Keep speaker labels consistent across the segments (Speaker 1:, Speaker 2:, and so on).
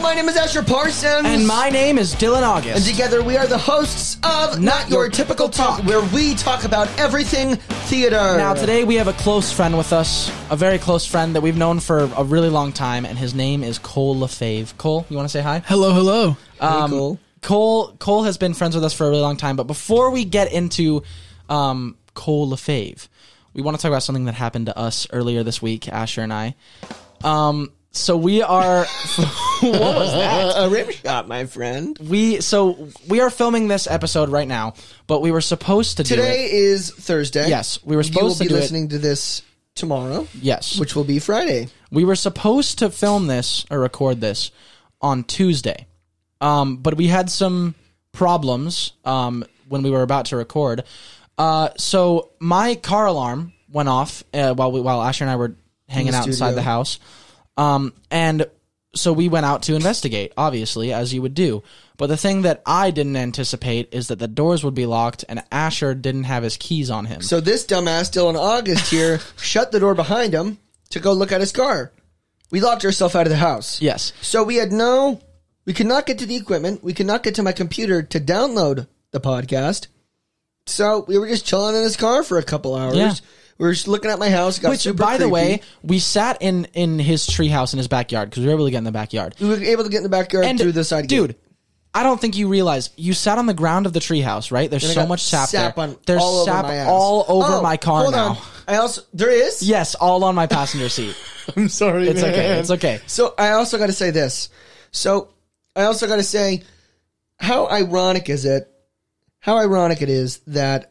Speaker 1: My name is Asher Parsons.
Speaker 2: And my name is Dylan
Speaker 1: And
Speaker 2: August.
Speaker 1: together we are the hosts of Not, Your, Typical Talk, where we talk about everything theater.
Speaker 2: Now, today we have a close friend with us, a very close friend that we've known for a really long time, and his name is Cole LaFave. Cole, you want to say hi?
Speaker 3: Hello, hello.
Speaker 2: Um,
Speaker 1: Cole.
Speaker 2: Cole Cole has been friends with us for a really long time, but before we get into um, Cole LaFave, we want to talk about something that happened to us earlier this week, Asher and I. Um, so we are what was that?
Speaker 1: a rib shot, my friend.
Speaker 2: We so we are filming this episode right now, but we were supposed to do it.
Speaker 1: Today is Thursday.
Speaker 2: Yes, we were
Speaker 1: you will
Speaker 2: supposed to
Speaker 1: be
Speaker 2: do it-
Speaker 1: listening to this tomorrow.
Speaker 2: Yes.
Speaker 1: which will be Friday.
Speaker 2: We were supposed to film this or record this on Tuesday, um, but we had some problems um, when we were about to record. Uh, so my car alarm went off uh, while we, while Asher and I were hanging
Speaker 1: the
Speaker 2: out inside
Speaker 1: studio.
Speaker 2: the house, um, and so we went out to investigate, obviously as you would do. But the thing that I didn't anticipate is that the doors would be locked, and Asher didn't have his keys on him.
Speaker 1: So this dumbass Dylan August here shut the door behind him to go look at his car. We locked ourselves out of the house.
Speaker 2: yes,
Speaker 1: So we had no, we could not get to the equipment. We could not get to my computer to download the podcast. So we were just chilling in his car for a couple hours.
Speaker 2: Yeah.
Speaker 1: We were just looking at my house. Got
Speaker 2: Which,
Speaker 1: super
Speaker 2: by the
Speaker 1: creepy.
Speaker 2: way, we sat in in his treehouse in his backyard because we were able to get in the backyard.
Speaker 1: we were able to get in the backyard
Speaker 2: And
Speaker 1: through the side gate.
Speaker 2: dude, I don't think you realize you sat on the ground of the treehouse, right? There's
Speaker 1: I
Speaker 2: so
Speaker 1: got
Speaker 2: much sap,
Speaker 1: sap
Speaker 2: there.
Speaker 1: on
Speaker 2: There's
Speaker 1: all over
Speaker 2: sap
Speaker 1: my ass.
Speaker 2: all over
Speaker 1: Oh,
Speaker 2: my car
Speaker 1: hold
Speaker 2: now.
Speaker 1: on. I also there is.
Speaker 2: Yes, all on my passenger seat.
Speaker 3: I'm sorry.
Speaker 2: It's okay. It's okay.
Speaker 1: So I also got to say this. So I also got to say how ironic is it? How ironic it is that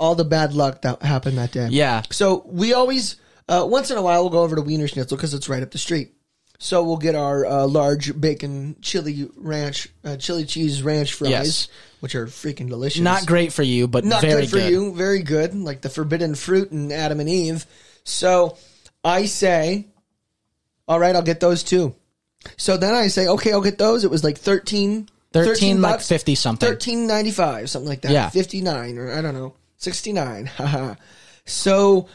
Speaker 1: all the bad luck that happened that day.
Speaker 2: Yeah.
Speaker 1: So we always uh, once in a while we'll go over to Wiener Schnitzel because it's right up the street. So we'll get our uh, large bacon chili ranch, uh, chili cheese ranch fries,
Speaker 2: Yes.
Speaker 1: which are freaking delicious.
Speaker 2: Not great for you, but
Speaker 1: Not
Speaker 2: very
Speaker 1: good for you. Very good. Like the forbidden fruit and Adam and Eve. So I say, all right, I'll get those too. So then I say, okay, I'll get those. It was like 13,
Speaker 2: 13, like
Speaker 1: bucks,
Speaker 2: 50 something.
Speaker 1: 13.95, something like that.
Speaker 2: Yeah.
Speaker 1: 59 or I don't know, 69. Haha. so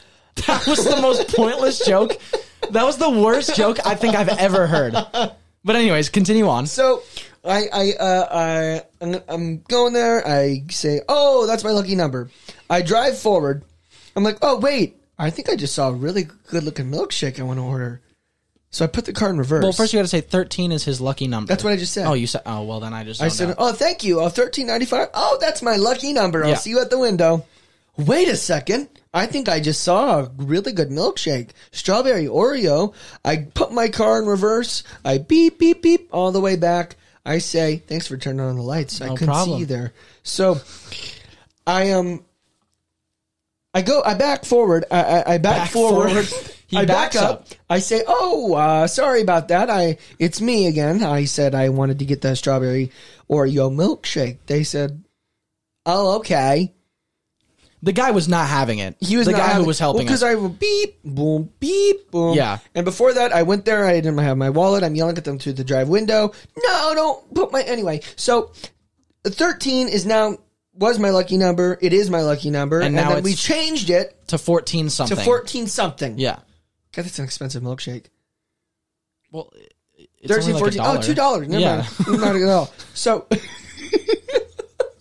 Speaker 2: That was the most pointless joke. That was the worst joke I think I've ever heard. But anyways, continue on.
Speaker 1: So I I uh, I I'm, I'm going there. I say, "Oh, that's my lucky number." I drive forward. I'm like, "Oh, wait. I think I just saw a really good-looking milkshake I want to order." So I put the car in reverse.
Speaker 2: Well, first you got to say 13 is his lucky number.
Speaker 1: That's what I just said.
Speaker 2: Oh, you said. Oh, well then I just.
Speaker 1: I
Speaker 2: zoned
Speaker 1: said,
Speaker 2: out.
Speaker 1: "Oh, thank you. Oh, 13.95. Oh, that's my lucky number. I'll
Speaker 2: Yeah.
Speaker 1: see you at the window." Wait a second. I think I just saw a really good milkshake, strawberry Oreo. I put my car in reverse. I beep beep beep all the way back. I say, "Thanks for turning on the lights. I
Speaker 2: No
Speaker 1: couldn't
Speaker 2: problem.
Speaker 1: see you there." So, I am. Um, I go. I back forward. I, I, I back,
Speaker 2: Back
Speaker 1: forward.
Speaker 2: forward. He
Speaker 1: I back
Speaker 2: backs
Speaker 1: up.
Speaker 2: up.
Speaker 1: I say, "Oh, uh, sorry about that. I it's me again." I said I wanted to get that strawberry Oreo milkshake. They said, "Oh, okay."
Speaker 2: The guy was not having it.
Speaker 1: He was
Speaker 2: the
Speaker 1: not
Speaker 2: guy
Speaker 1: having-
Speaker 2: who was helping
Speaker 1: well,
Speaker 2: us.
Speaker 1: I would beep, boom, beep, boom.
Speaker 2: Yeah.
Speaker 1: And before that, I went there. I didn't have my wallet. I'm yelling at them through the drive window. No, don't put my. Anyway, so 13 is now was my lucky number. It is my lucky number.
Speaker 2: And
Speaker 1: And,
Speaker 2: now
Speaker 1: then we
Speaker 2: it's
Speaker 1: changed it
Speaker 2: to 14 something.
Speaker 1: to 14 something.
Speaker 2: Yeah.
Speaker 1: God, that's an expensive milkshake.
Speaker 2: Well, it's
Speaker 1: 13, 14. Oh, $2. Never
Speaker 2: Yeah.
Speaker 1: mind. Not at all. So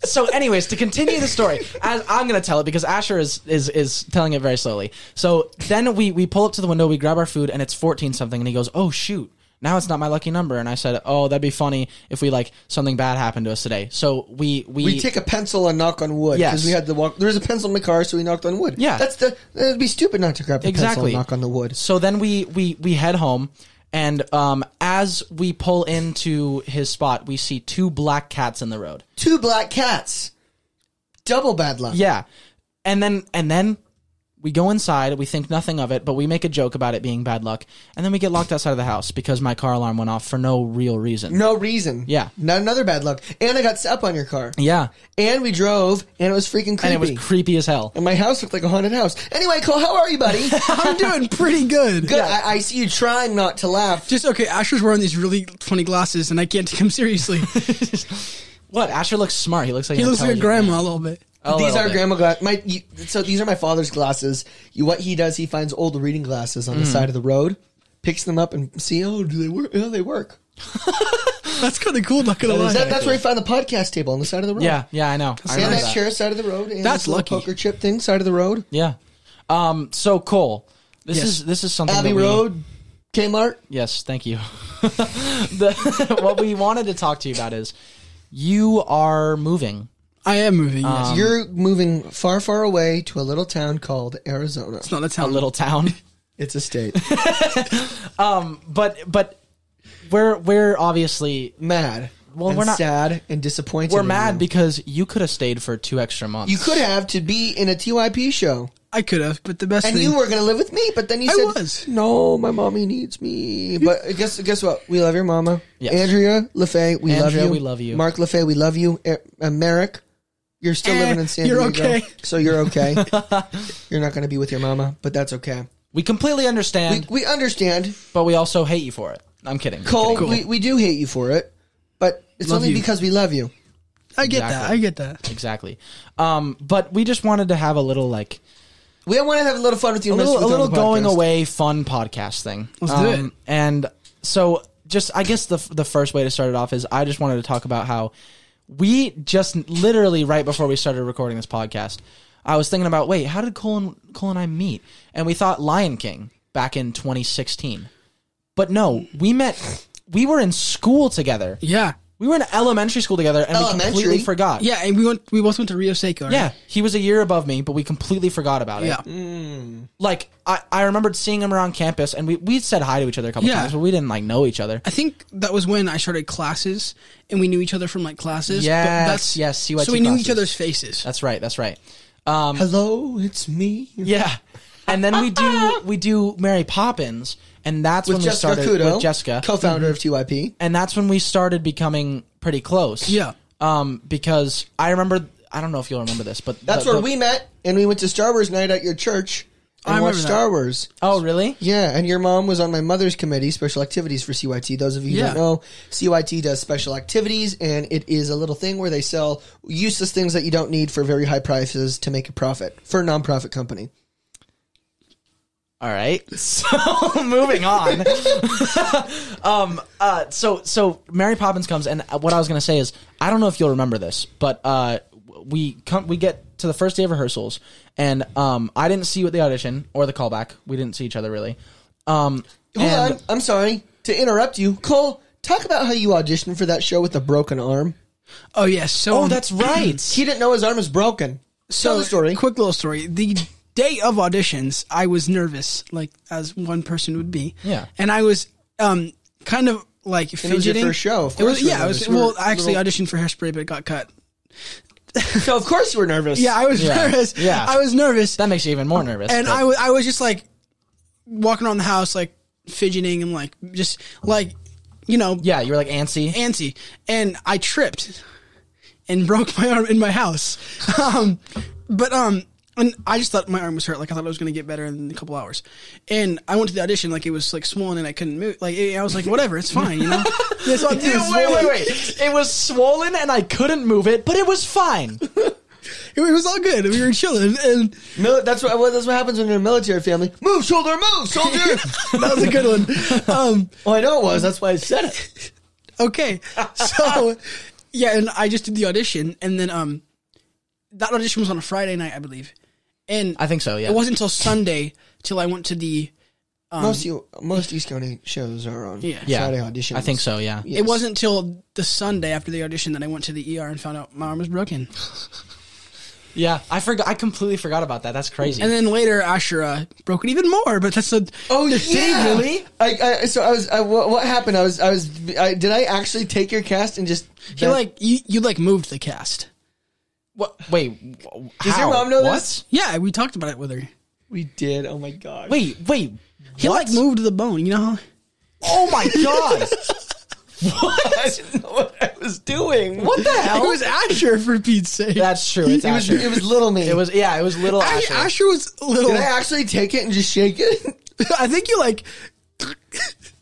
Speaker 2: so anyways, to continue the story, as I'm going to tell it because Asher is, is is telling it very slowly. So then we we pull up to the window, we grab our food and it's 14 something and he goes, "Oh shoot. Now it's not my lucky number." And I said, "Oh, that'd be funny if we like something bad happened to us today." So we we,
Speaker 1: we take a pencil and knock on wood.
Speaker 2: Yes.
Speaker 1: Because we had the walk. There was a pencil in my car, so we knocked on wood.
Speaker 2: Yeah.
Speaker 1: That's the. It'd be stupid not to grab the pencil
Speaker 2: Exactly.
Speaker 1: and knock on the wood.
Speaker 2: So then we we we head home, and um, as we pull into his spot, we see two black cats in the road.
Speaker 1: two black cats. Double bad luck.
Speaker 2: Yeah, and then and then we go inside. We think nothing of it, but we make a joke about it being bad luck, and then we get locked outside of the house because my car alarm went off for no real reason.
Speaker 1: No reason.
Speaker 2: Yeah.
Speaker 1: Not another bad luck. And I got up on your car.
Speaker 2: Yeah,
Speaker 1: And we drove, and it was freaking creepy. And,
Speaker 2: and it was creepy as hell.
Speaker 1: my house looked like a haunted house. Anyway, Cole, how are you, buddy?
Speaker 3: I'm doing pretty good.
Speaker 1: Good. I, I see you trying not to laugh.
Speaker 3: Just okay. Asher's wearing these really funny glasses, and I can't take him seriously.
Speaker 2: What? Asher looks smart. He looks like
Speaker 3: He
Speaker 2: an
Speaker 3: looks like a
Speaker 2: intelligent
Speaker 3: grandma a little bit.
Speaker 2: man. A
Speaker 1: these
Speaker 2: little
Speaker 1: are
Speaker 2: bit.
Speaker 1: grandma glasses. My you, Mm. so these are my father's glasses. You, what he does, he finds old reading glasses on the side of the road. picks them up and see, oh, do they work? Oh, they work.
Speaker 3: That's kind of cool. Not gonna lie.
Speaker 1: That, that's where he found the podcast table on the side of the road.
Speaker 2: Yeah, yeah, I know. I
Speaker 1: See on
Speaker 2: remember
Speaker 1: that chair side of the road. And
Speaker 3: That's
Speaker 1: this little
Speaker 3: lucky.
Speaker 1: Poker chip thing side of the road.
Speaker 2: Yeah. Um. So Cole, this is this is something.
Speaker 1: Abbey
Speaker 2: that we-
Speaker 1: Road, Kmart.
Speaker 2: Yes, thank you. the, what we wanted to talk to you about is you are moving.
Speaker 3: I am moving.
Speaker 2: Uh,
Speaker 3: yes.
Speaker 2: Um,
Speaker 1: You're moving far, far away to a little town called Arizona.
Speaker 3: It's not that
Speaker 2: a
Speaker 3: town.
Speaker 2: little town.
Speaker 1: It's a state.
Speaker 2: But but we're we're obviously
Speaker 1: mad.
Speaker 2: Well,
Speaker 1: and
Speaker 2: we're not-
Speaker 1: sad and disappointed.
Speaker 2: we're
Speaker 1: in
Speaker 2: mad
Speaker 1: you.
Speaker 2: because you could have stayed for two extra months.
Speaker 1: You could have to be in a TYP show,
Speaker 3: I could have, but the best
Speaker 1: and
Speaker 3: thing.
Speaker 1: you were going to live with me. But then you
Speaker 3: I
Speaker 1: said,
Speaker 3: was.
Speaker 1: "No, my mommy needs me." But guess guess what? We love your mama,
Speaker 2: Yes.
Speaker 1: Andrea Lefay. We love
Speaker 2: Andrea,
Speaker 1: you.
Speaker 2: we love you.
Speaker 1: Mark Lefay. We love you. Er- uh, Merrick, you're still
Speaker 3: Eh,
Speaker 1: living in San
Speaker 3: you're
Speaker 1: Diego,
Speaker 3: okay.
Speaker 1: so you're okay. you're not going to be with your mama, but that's okay.
Speaker 2: we completely
Speaker 1: We,
Speaker 2: understand,
Speaker 1: we understand,
Speaker 2: but we also hate you for it. I'm kidding.
Speaker 1: Cole.
Speaker 2: I'm kidding.
Speaker 1: We, we do hate you for it, but it's
Speaker 3: Love
Speaker 1: only
Speaker 3: you.
Speaker 1: because we love you.
Speaker 3: I get that.
Speaker 2: Exactly.
Speaker 3: I get that.
Speaker 2: exactly. Um, but we just wanted to have a little like
Speaker 1: We want to have a little fun with you.
Speaker 2: a
Speaker 1: and mess
Speaker 2: little, a
Speaker 1: with you on the
Speaker 2: little going
Speaker 1: podcast.
Speaker 2: away fun podcast thing. Um,
Speaker 3: Let's do it.
Speaker 2: And so, just I guess the the first way to start it off is I just wanted to talk about how we just literally right before we started recording this podcast, I was thinking about wait, how did Cole and Cole and I meet? And we thought Lion King back in 2016, but no, we met. We were in school together.
Speaker 3: Yeah.
Speaker 2: We were in elementary school together, and we
Speaker 1: Elementary?
Speaker 2: completely forgot.
Speaker 3: Yeah, and we went. We both went to Rio Seco. right?
Speaker 2: Yeah, he was a year above me, but we completely forgot about it
Speaker 3: Yeah.
Speaker 2: like I, I remembered seeing him around campus and we we said hi to each other a couple
Speaker 3: Yeah.
Speaker 2: times, but we didn't like know each other.
Speaker 3: I think that was when I started classes, and we knew each other from like classes. but
Speaker 2: Yes,
Speaker 3: that's-
Speaker 2: yes,
Speaker 3: So
Speaker 2: CYT
Speaker 3: we knew each
Speaker 2: classes.
Speaker 3: other's faces.
Speaker 2: That's right, that's right. Um
Speaker 1: Hello, it's me.
Speaker 2: yeah. And then we do we do Mary Poppins and that's when we
Speaker 1: Jessica
Speaker 2: started
Speaker 1: Kudo,
Speaker 2: with Jessica. Mm-hmm.
Speaker 1: co-founder of TYP.
Speaker 2: and that's when we started becoming pretty close.
Speaker 3: Yeah.
Speaker 2: Um because I remember I don't know if you'll remember this, but
Speaker 1: That's
Speaker 2: the-
Speaker 1: where
Speaker 2: the-
Speaker 1: we met, and we went to Star Wars night at your church
Speaker 3: I
Speaker 1: and
Speaker 3: remember
Speaker 1: watched
Speaker 3: that.
Speaker 1: Star Wars.
Speaker 2: Oh, really?
Speaker 1: Yeah, and your mom was on my mother's committee, special activities for CYT. Those of you who
Speaker 3: Yeah.
Speaker 1: don't know, CYT does special activities, and it is a little thing where they sell useless things that you don't need for very high prices to make a profit for a nonprofit company.
Speaker 2: All right. So moving on. um. Uh. So so Mary Poppins comes, and what I was gonna say is I don't know if you'll remember this, but uh, we come we get to the first day of rehearsals, and um, I didn't see you at the audition or the callback. We didn't see each other really. Um.
Speaker 1: Hold
Speaker 2: and-
Speaker 1: on, I'm sorry to interrupt you, Cole. Talk about how you auditioned for that show with a broken arm.
Speaker 3: Oh yes. So
Speaker 2: Oh, that's right.
Speaker 1: He didn't know his arm was broken. Tell the story.
Speaker 3: Quick little story. The day of auditions, I was nervous, like as one person would be.
Speaker 2: Yeah.
Speaker 3: And I was um kind of like fidgeting.
Speaker 1: it was your first show, of
Speaker 3: It was-
Speaker 1: course you were
Speaker 3: yeah, I was.
Speaker 1: nervous. You were
Speaker 3: Well, I actually
Speaker 1: little-
Speaker 3: auditioned for Hairspray, but it got cut.
Speaker 1: So of course you were nervous.
Speaker 3: Yeah, I was
Speaker 2: Yeah.
Speaker 3: nervous.
Speaker 2: Yeah.
Speaker 3: I was nervous,
Speaker 2: that makes you even more nervous.
Speaker 3: and
Speaker 2: but-
Speaker 3: I was I was just like walking around the house, like fidgeting and like just like you know
Speaker 2: yeah, you were like antsy.
Speaker 3: antsy, and I tripped and broke my arm in my house. Um, but um, and I just thought my arm was hurt. Like I thought I was gonna get better in a couple hours. And I went to the audition like it was like swollen and I couldn't move. Like I was like, whatever, it's fine, you know. It's all-
Speaker 2: Dude,
Speaker 3: it's
Speaker 2: wait, wait,
Speaker 3: swollen.
Speaker 2: wait! It was swollen, and I couldn't move it, but it was fine.
Speaker 3: It was all good. We were chilling, and
Speaker 1: Mil- that's what well, that's what happens when you're a military family. Move, shoulder, move, soldier.
Speaker 3: that was a good one. Um,
Speaker 1: well, I know it was. That's why I said it.
Speaker 3: okay, so yeah, and I just did the audition, and then um, that audition was on a Friday night, I believe, and
Speaker 2: I think so. Yeah.
Speaker 3: it wasn't until Sunday till I went to the
Speaker 1: most you, most East County shows are on
Speaker 3: Yeah.
Speaker 2: yeah.
Speaker 1: Friday auditions.
Speaker 2: I think so. Yeah.
Speaker 1: Yes.
Speaker 3: It wasn't till the Sunday after the audition that I went to the ER and found out my arm was broken.
Speaker 2: Yeah, I forgot. I completely forgot about that. That's crazy.
Speaker 3: And then later, Asher uh, broke it even more. But that's the
Speaker 1: Oh yeah.
Speaker 3: the city
Speaker 1: really? I, I so I was. I, what, what happened? I was. I was. I, did I actually take your cast and just?
Speaker 3: He like you, you like moved the cast.
Speaker 2: what? Wait. w-
Speaker 1: Does
Speaker 2: how?
Speaker 1: your mom know
Speaker 2: what?
Speaker 1: this?
Speaker 3: Yeah, we talked about it with her.
Speaker 1: we did. Oh my god.
Speaker 2: Wait. Wait.
Speaker 3: He
Speaker 2: what?
Speaker 3: like moved the bone. You know,
Speaker 2: Oh my god.
Speaker 1: I didn't know what I was doing. What the
Speaker 3: it was Asher for Pete's sake.
Speaker 2: That's true. It's
Speaker 1: It was.
Speaker 2: Asher.
Speaker 1: It was little me.
Speaker 2: It was- Yeah. It was little
Speaker 3: I-
Speaker 2: Asher.
Speaker 3: Asher. was a little.
Speaker 1: Did I actually take it and just shake it?
Speaker 3: I think you like.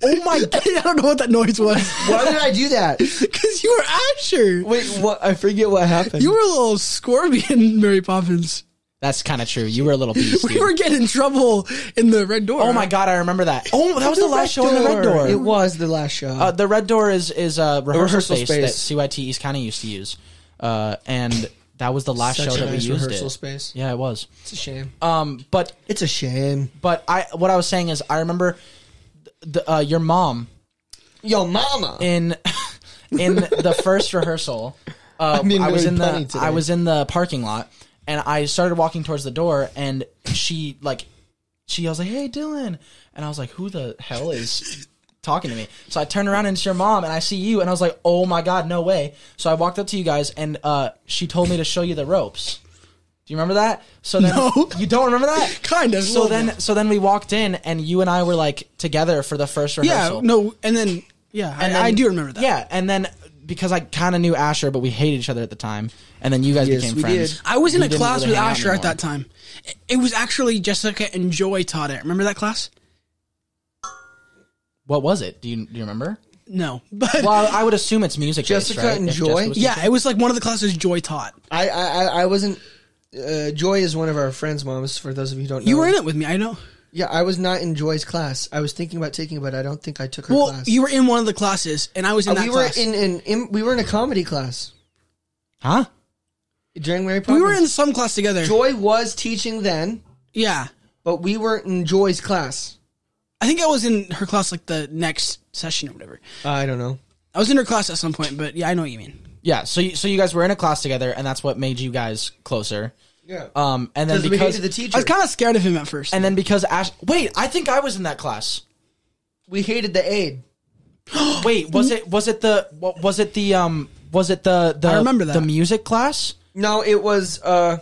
Speaker 3: oh my! God. I don't know what that noise was
Speaker 1: Why did I do that?
Speaker 3: because you were Asher.
Speaker 1: Wait, what? I forget what happened.
Speaker 3: You were a little scorpion, Mary Poppins.
Speaker 2: That's kind of true. You were a little beast.
Speaker 3: We
Speaker 2: dude.
Speaker 3: were getting in trouble in the red door.
Speaker 2: oh my god, I remember that. Oh, that was the last show in the Red Door.
Speaker 1: It was the last show.
Speaker 2: Uh, the Red Door is is a rehearsal,
Speaker 1: rehearsal
Speaker 2: space,
Speaker 1: space.
Speaker 2: that CYT East County used to use, uh, and that was the last
Speaker 1: Such
Speaker 2: show
Speaker 1: a
Speaker 2: that
Speaker 1: nice
Speaker 2: we used
Speaker 1: rehearsal
Speaker 2: it.
Speaker 1: space.
Speaker 2: Yeah, it was.
Speaker 1: it's a shame.
Speaker 2: Um, but
Speaker 1: It's a shame.
Speaker 2: but I what I was saying is I remember the, uh, your mom
Speaker 1: Yo, mama.
Speaker 3: Uh.
Speaker 2: in in the first rehearsal. Uh, I,
Speaker 1: I'm being
Speaker 2: was
Speaker 1: very
Speaker 2: in the
Speaker 1: punny today.
Speaker 2: I was in the parking lot and I started walking towards the door and she like she yells like Hey Dylan and I was like Who the hell is talking to me? So I turn around and it's your mom and I see you and I was like Oh my god, no way! So I walked up to you guys and uh, she told me to show you the ropes. Do you remember that? So then
Speaker 3: No.
Speaker 2: you don't remember that.
Speaker 3: Kind of, a
Speaker 2: So
Speaker 3: little
Speaker 2: then,
Speaker 3: bit.
Speaker 2: so then we walked in, and you and I were like together for the first rehearsal.
Speaker 3: Yeah, no, and then yeah, I,
Speaker 2: And then-
Speaker 3: I do remember that.
Speaker 2: Yeah, and then because I kind of knew Asher, but we hated each other at the time, and then you guys
Speaker 1: Yes,
Speaker 2: became
Speaker 1: we
Speaker 2: friends.
Speaker 1: did.
Speaker 3: I was in
Speaker 2: We
Speaker 3: a
Speaker 2: didn't
Speaker 3: class
Speaker 2: really
Speaker 3: with
Speaker 2: hang out
Speaker 3: Asher at
Speaker 2: anymore.
Speaker 3: that time. It- It was actually Jessica and Joy taught it. Remember that class?
Speaker 2: What was it? Do you do you remember?
Speaker 3: No, but
Speaker 2: Well, I would assume it's music.
Speaker 1: Jessica
Speaker 2: based, right?
Speaker 1: and
Speaker 2: If
Speaker 1: Joy?
Speaker 2: Jessica was-
Speaker 3: yeah, it was like one of the classes Joy taught.
Speaker 1: I, I, I, I wasn't. Uh, Joy is one of our friends' moms. For those of you who don't know,
Speaker 3: You were in it with me. I know.
Speaker 1: Yeah, I was not in Joy's class. I was thinking about taking, it, but I don't think I took her
Speaker 3: Well,
Speaker 1: class.
Speaker 3: you were in one of the classes, and I was in
Speaker 1: Uh,
Speaker 3: that
Speaker 1: we were
Speaker 3: class.
Speaker 1: in, in, in we were in a comedy class
Speaker 2: Huh?
Speaker 1: during Mary Poppins.
Speaker 3: we were in some class together.
Speaker 1: Joy was teaching then,
Speaker 3: yeah,
Speaker 1: but we weren't in Joy's class.
Speaker 3: I think I was in her class like the next session or whatever.
Speaker 1: I don't know.
Speaker 3: I was in her class at some point, but yeah, I know what you mean.
Speaker 2: Yeah. So you, so you guys were in a class together, and that's what made you guys closer.
Speaker 1: Yeah.
Speaker 2: Um, and then
Speaker 1: Because we
Speaker 2: because
Speaker 1: hated the teacher.
Speaker 3: I was kind of scared of him at first.
Speaker 2: and then because Ash. Wait, I think I was in that class.
Speaker 1: we hated the aide.
Speaker 2: Wait, was it was it the wa- was it the um was it the the
Speaker 3: I remember that.
Speaker 2: the music class?
Speaker 1: No, it was. uh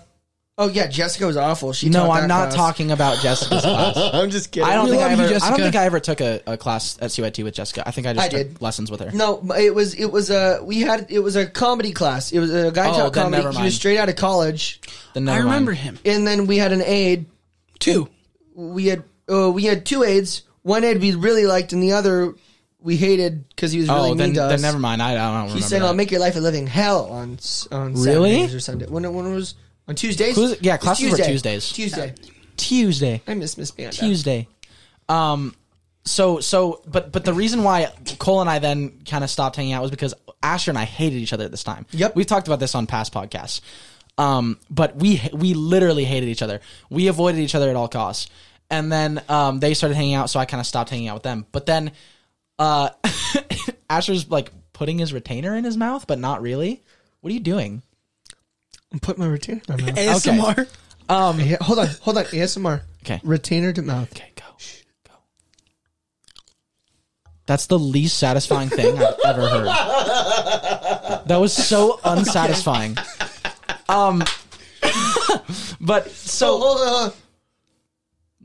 Speaker 1: Oh yeah, Jessica was awful. She.
Speaker 2: No,
Speaker 1: taught that
Speaker 2: I'm not
Speaker 1: class.
Speaker 2: talking about Jessica's class.
Speaker 1: I'm just kidding.
Speaker 2: I don't
Speaker 3: We
Speaker 2: think
Speaker 3: love
Speaker 2: I
Speaker 3: you,
Speaker 2: ever. I
Speaker 3: Jessica.
Speaker 2: don't think I ever took a, a class at CYT with Jessica. I think I just
Speaker 1: I
Speaker 2: took
Speaker 1: did.
Speaker 2: lessons with her.
Speaker 1: No, it was it was a we had it was a comedy class. It was a guy
Speaker 2: Oh,
Speaker 1: taught
Speaker 2: then
Speaker 1: comedy.
Speaker 2: never
Speaker 1: He
Speaker 2: mind.
Speaker 1: was straight out of college,
Speaker 2: Then
Speaker 3: I
Speaker 2: never mind.
Speaker 3: remember him
Speaker 1: and then we had an aide.
Speaker 3: too.
Speaker 1: We had uh, we had two aides. One aide we really liked, and the other we hated because he was really
Speaker 2: Oh,
Speaker 1: mean
Speaker 2: then,
Speaker 1: to us.
Speaker 2: then never mind. I, I don't remember.
Speaker 1: He said,
Speaker 2: that.
Speaker 1: "I'll make your life a living hell on s- on
Speaker 2: Really?
Speaker 1: Saturdays or Sunday." When it- when it was on Tuesdays?
Speaker 2: Who's- yeah,
Speaker 1: It was
Speaker 2: classes were Tuesdays.
Speaker 1: Tuesday.
Speaker 2: Tuesday.
Speaker 1: I miss Miss Banda.
Speaker 2: Tuesday. Um. So so, but but the reason why Cole and I then kind of stopped hanging out was because Asher and I hated each other at this time.
Speaker 1: Yep.
Speaker 2: we've talked about this on past podcasts. Um, but we we literally hated each other. We avoided each other at all costs. And then um, they started hanging out, so I kind of stopped hanging out with them. But then, uh, Asher's like putting his retainer in his mouth, but not really. What are you doing?
Speaker 1: I'm putting my retainer in my mouth.
Speaker 3: ASMR.
Speaker 1: Yeah, hold on, hold on. ASMR.
Speaker 2: Okay.
Speaker 1: Retainer to mouth.
Speaker 2: Okay, go. Go. That's the least satisfying thing I've ever heard. That was so unsatisfying. Um but
Speaker 1: So
Speaker 2: so
Speaker 1: hold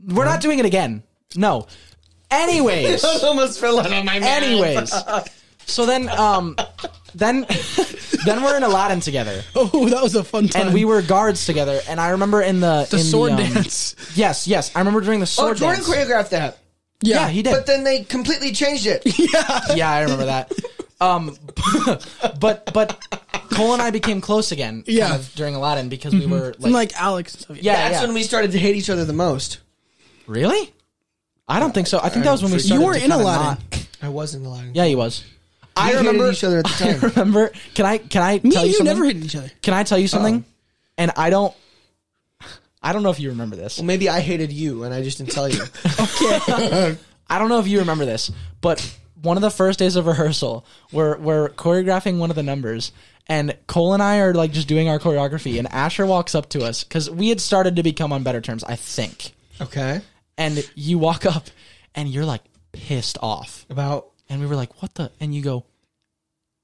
Speaker 1: on.
Speaker 2: we're not doing it again. No. Anyways,
Speaker 1: Almost fell out of my mouth.
Speaker 2: anyways. So then um then then we're in Aladdin together
Speaker 3: Oh, that was a fun time.
Speaker 2: and we were guards together and I remember in the
Speaker 3: the
Speaker 2: in
Speaker 3: sword
Speaker 2: um,
Speaker 3: dance.
Speaker 2: Yes, yes. I remember during
Speaker 1: Oh,
Speaker 2: the sword
Speaker 1: Jordan
Speaker 2: dance.
Speaker 1: choreographed that.
Speaker 2: yeah, he did.
Speaker 1: But then they completely changed it.
Speaker 2: yeah, I remember that. Um, but but Cole and I became close again. kind
Speaker 3: Yeah.
Speaker 2: of during Aladdin because
Speaker 1: Mm-hmm.
Speaker 2: we were like,
Speaker 3: And like Alex and stuff.
Speaker 2: yeah,
Speaker 1: That's
Speaker 2: yeah.
Speaker 1: when we started to hate each other the most.
Speaker 2: really. I don't think so. I think that was when we started.
Speaker 3: You were
Speaker 2: to
Speaker 3: in
Speaker 2: kinda
Speaker 3: Aladdin.
Speaker 2: not-
Speaker 1: I wasn't lying.
Speaker 2: yeah, he was. I
Speaker 1: hated
Speaker 2: remember
Speaker 1: each other at the time.
Speaker 2: I remember. Can I can I
Speaker 3: Me
Speaker 2: tell
Speaker 3: and
Speaker 2: you
Speaker 3: you
Speaker 2: something?
Speaker 3: never hated each other.
Speaker 2: can I tell you something? And I don't. I don't know if you remember this.
Speaker 1: Well, maybe I hated you and I just didn't tell you.
Speaker 2: I don't know if you remember this, but one of the first days of rehearsal, we're we're choreographing one of the numbers, and Cole and I are like just doing our choreography, and Asher walks up to us because we had started to become on better terms, I think.
Speaker 1: okay.
Speaker 2: And you walk up, and you're like pissed off,
Speaker 1: About
Speaker 2: and we were like, "What the?" And you go,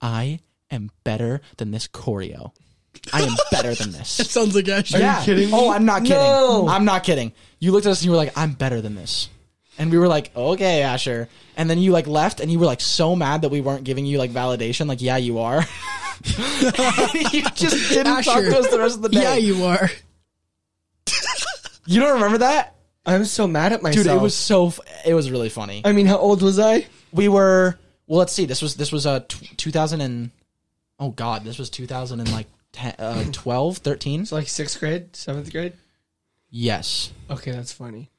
Speaker 2: "I am better than this choreo. I am better than this."
Speaker 3: Sounds like Asher.
Speaker 2: yeah.
Speaker 1: kidding me?
Speaker 2: Oh, I'm not kidding.
Speaker 1: No.
Speaker 2: I'm not kidding. You looked at us and you were like, I'm better than this. And we were like, okay, Asher. And then you like left and you were like so mad that we weren't giving you like validation. Like, yeah, you are. you just didn't talk
Speaker 3: Asher.
Speaker 2: to us the rest of the day.
Speaker 3: Yeah, you are.
Speaker 2: You don't remember that?
Speaker 1: I'm so mad at myself.
Speaker 2: Dude, it was so, f- it was really funny.
Speaker 1: I mean, how old was I?
Speaker 2: We were, well, let's see. This was, this was uh, tw 2000 and, oh God, this was 2000 and like 10, uh, 12, 13.
Speaker 1: It's like sixth grade, seventh grade.
Speaker 2: Yes.
Speaker 1: Okay, that's funny.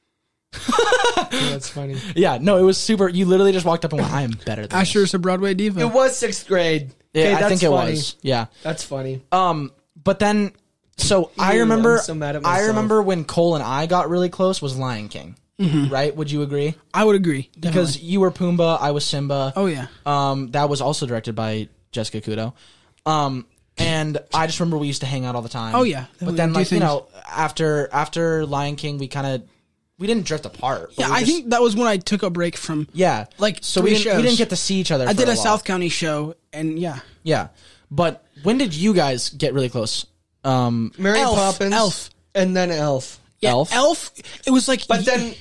Speaker 1: Yeah, that's funny.
Speaker 2: Yeah. No, it was super. You literally just walked up and went, "I am better than this."
Speaker 3: Asher's a Broadway diva.
Speaker 1: It was sixth grade.
Speaker 2: Yeah,
Speaker 1: Okay,
Speaker 2: I
Speaker 1: that's
Speaker 2: think it
Speaker 1: funny.
Speaker 2: was. Yeah.
Speaker 1: That's funny.
Speaker 2: Um, but then, so I
Speaker 1: Ew,
Speaker 2: remember.
Speaker 1: I'm so mad at
Speaker 2: I
Speaker 1: myself.
Speaker 2: remember when Cole and I got really close was Lion King.
Speaker 3: Mm-hmm.
Speaker 2: Right? Would you agree?
Speaker 3: I would agree
Speaker 2: Because
Speaker 3: because
Speaker 2: you were Pumbaa, I was Simba.
Speaker 3: oh yeah,
Speaker 2: Um, that was also directed by Jessica Kudo. Um, and I just remember we used to hang out all the time.
Speaker 3: Oh, yeah.
Speaker 2: But
Speaker 3: We
Speaker 2: then,
Speaker 3: do
Speaker 2: like you
Speaker 3: things.
Speaker 2: know, after after Lion King, we kind of we didn't drift apart. but
Speaker 3: yeah.
Speaker 2: we
Speaker 3: I
Speaker 2: just-
Speaker 3: think that was when I took a break from.
Speaker 2: yeah,
Speaker 3: like
Speaker 2: so
Speaker 3: three
Speaker 2: we didn't, we
Speaker 3: shows.
Speaker 2: didn't get to see each other.
Speaker 3: I
Speaker 2: for
Speaker 3: did a
Speaker 2: while.
Speaker 3: South County show, and yeah,
Speaker 2: Yeah, but when did you guys get really close? Um,
Speaker 1: Mary
Speaker 3: Elf,
Speaker 1: Poppins.
Speaker 3: Elf.
Speaker 1: And then Elf.
Speaker 3: yeah,
Speaker 2: Elf?
Speaker 3: Elf. It was like,
Speaker 1: But then,